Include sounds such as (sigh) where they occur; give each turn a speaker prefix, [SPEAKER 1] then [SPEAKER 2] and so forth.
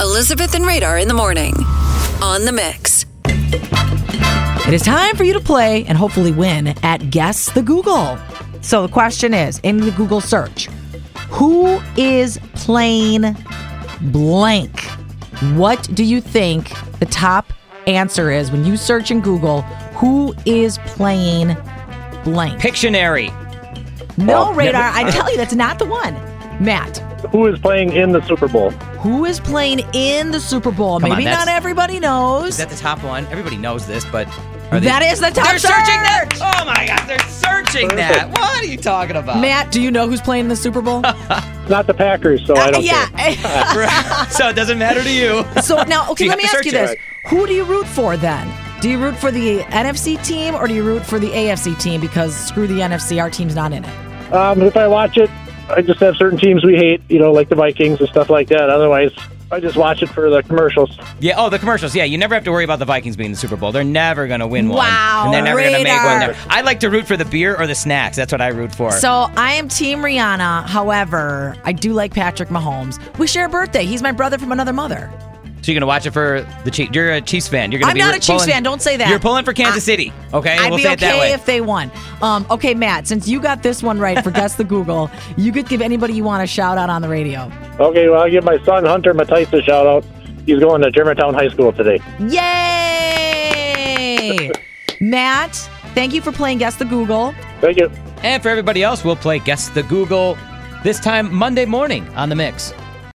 [SPEAKER 1] Elizabeth and Radar in the morning on the mix.
[SPEAKER 2] It is time for you to play and hopefully win at Guess the Google. So the question is in the Google search, who is playing blank? What do you think the top answer is when you search in Google? Who is playing blank?
[SPEAKER 3] Pictionary.
[SPEAKER 2] no,
[SPEAKER 4] Oh,
[SPEAKER 2] radar. I tell you, that's not the one. Matt,
[SPEAKER 4] Who is playing in the Super Bowl?
[SPEAKER 2] who is playing in the Super Bowl?
[SPEAKER 3] Come on,
[SPEAKER 2] Maybe
[SPEAKER 3] that's-
[SPEAKER 2] not everybody knows.
[SPEAKER 3] Is that the top one? Everybody knows this, but are they?
[SPEAKER 2] that is the top
[SPEAKER 3] They're
[SPEAKER 2] search.
[SPEAKER 3] searching that. Oh my God, they're searching that. What are you talking about?
[SPEAKER 2] Matt, do you know who's playing in the Super
[SPEAKER 3] (laughs)
[SPEAKER 2] Bowl?
[SPEAKER 4] It's not the Packers, so I don't care.
[SPEAKER 2] (laughs) yeah.
[SPEAKER 3] so it doesn't matter to you.
[SPEAKER 2] so now, okay,
[SPEAKER 3] You
[SPEAKER 2] let me
[SPEAKER 3] have to
[SPEAKER 2] ask you
[SPEAKER 3] search
[SPEAKER 2] this: Who do you root for then? Do you root for the NFC team or do you root for the AFC team? Because screw the NFC, our team's not in it.
[SPEAKER 4] Um, if I watch it, I just have certain teams we hate, you know, like the Vikings and stuff like that. Otherwise, I just watch it for the commercials.
[SPEAKER 3] (laughs) Yeah. Oh, the commercials. Yeah, you never have to worry about the Vikings being in the Super Bowl. They're never going to win one.
[SPEAKER 2] Wow,
[SPEAKER 3] And they're never gonna make
[SPEAKER 2] radar.
[SPEAKER 3] one. Never. I like to root for the beer or the snacks. That's what I root for.
[SPEAKER 2] So I am Team Rihanna. However, I do like Patrick Mahomes. We share a birthday. He's my brother from another mother.
[SPEAKER 3] So you're gonna watch it for the Chiefs. You're a Chiefs fan. You're gonna.
[SPEAKER 2] I'm
[SPEAKER 3] be
[SPEAKER 2] not
[SPEAKER 3] re-
[SPEAKER 2] a Chiefs
[SPEAKER 3] pulling-
[SPEAKER 2] fan, don't say that.
[SPEAKER 3] You're pulling for Kansas
[SPEAKER 2] I-
[SPEAKER 3] City. Okay,
[SPEAKER 2] I'd
[SPEAKER 3] we'll
[SPEAKER 2] be okay
[SPEAKER 3] say it that way.
[SPEAKER 2] if they won. Um, okay, Matt, since you got this one right for Guess the Google, you could give anybody you want a shout out on the radio.
[SPEAKER 4] Okay, well, I'll give my son, Hunter Matice, a shout out. He's going to Germantown High School today.
[SPEAKER 3] (laughs)
[SPEAKER 2] Yay! Matt, thank you for playing Guess the Google.
[SPEAKER 4] Thank you.
[SPEAKER 3] and for everybody else, we'll play Guess the Google this time Monday morning on the Mix.